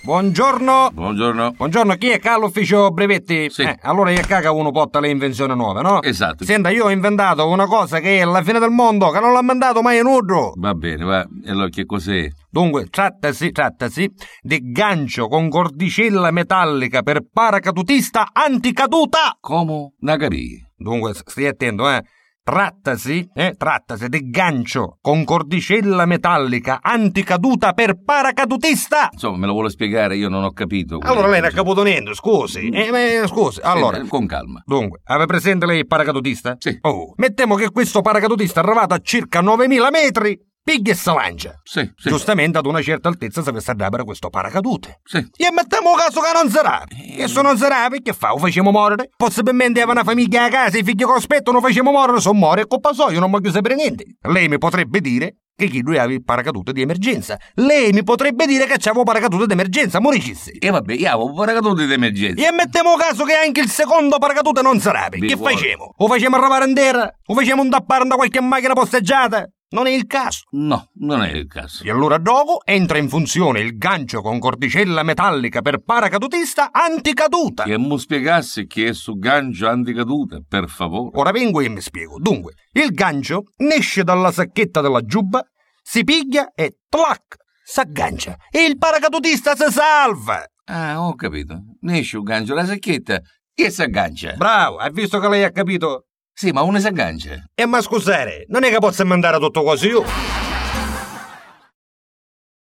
Buongiorno. Buongiorno. Buongiorno, chi è qua all'ufficio brevetti? Sì. Eh, allora io caga uno porta le invenzioni nuove, no? Esatto. Senta, io ho inventato una cosa che è la fine del mondo, che non l'ha mandato mai nudo. Va bene, va. E allora che cos'è? Dunque, trattasi, trattasi di gancio con cordicella metallica per paracadutista anticaduta. Como? Nagari. Dunque, s- stai attento, eh. Trattasi, eh, trattasi di gancio con cordicella metallica anticaduta per paracadutista. Insomma, me lo vuole spiegare, io non ho capito. Allora lei non ha caputo niente, scusi. Eh, beh, scusi, allora. Eh, Con calma. Dunque, aveva presente lei il paracadutista? Sì. Oh, mettiamo che questo paracadutista è arrivato a circa 9000 metri, piglia e se lancia. Sì, sì. Giustamente ad una certa altezza si avesse per questo paracadute. Sì. E mettiamo caso che non sarà. Eh. E se non sarà, perché fa? Lo facciamo morire? Possibilmente aveva una famiglia a casa, i figli cospetto, lo facciamo morire, sono muore e colpa sua, io non voglio sapere niente. Lei mi potrebbe dire che chi lui aveva il paracadute di emergenza. Lei mi potrebbe dire che c'avevo paracadute di emergenza, morisci. E vabbè, io avevo paracadute d'emergenza. E mettiamo caso che anche il secondo paracadute non sarà. Vi Che vuole. facciamo? Lo facciamo arrivare in terra? Lo facciamo andappare da qualche macchina posteggiata? Non è il caso. No, non è il caso. E allora dopo entra in funzione il gancio con cordicella metallica per paracadutista anticaduta. Che mo spiegassi che è su gancio anticaduta, per favore. Ora vengo e mi spiego. Dunque, il gancio esce dalla sacchetta della giubba, si piglia e tlac, s'aggancia. E il paracadutista si salva. Ah, ho capito. Ne esce un gancio la sacchetta e si aggancia. Bravo, hai visto che lei ha capito? Sì, ma uno si aggancia. E ma scusate, non è che posso mandare tutto così oh? io.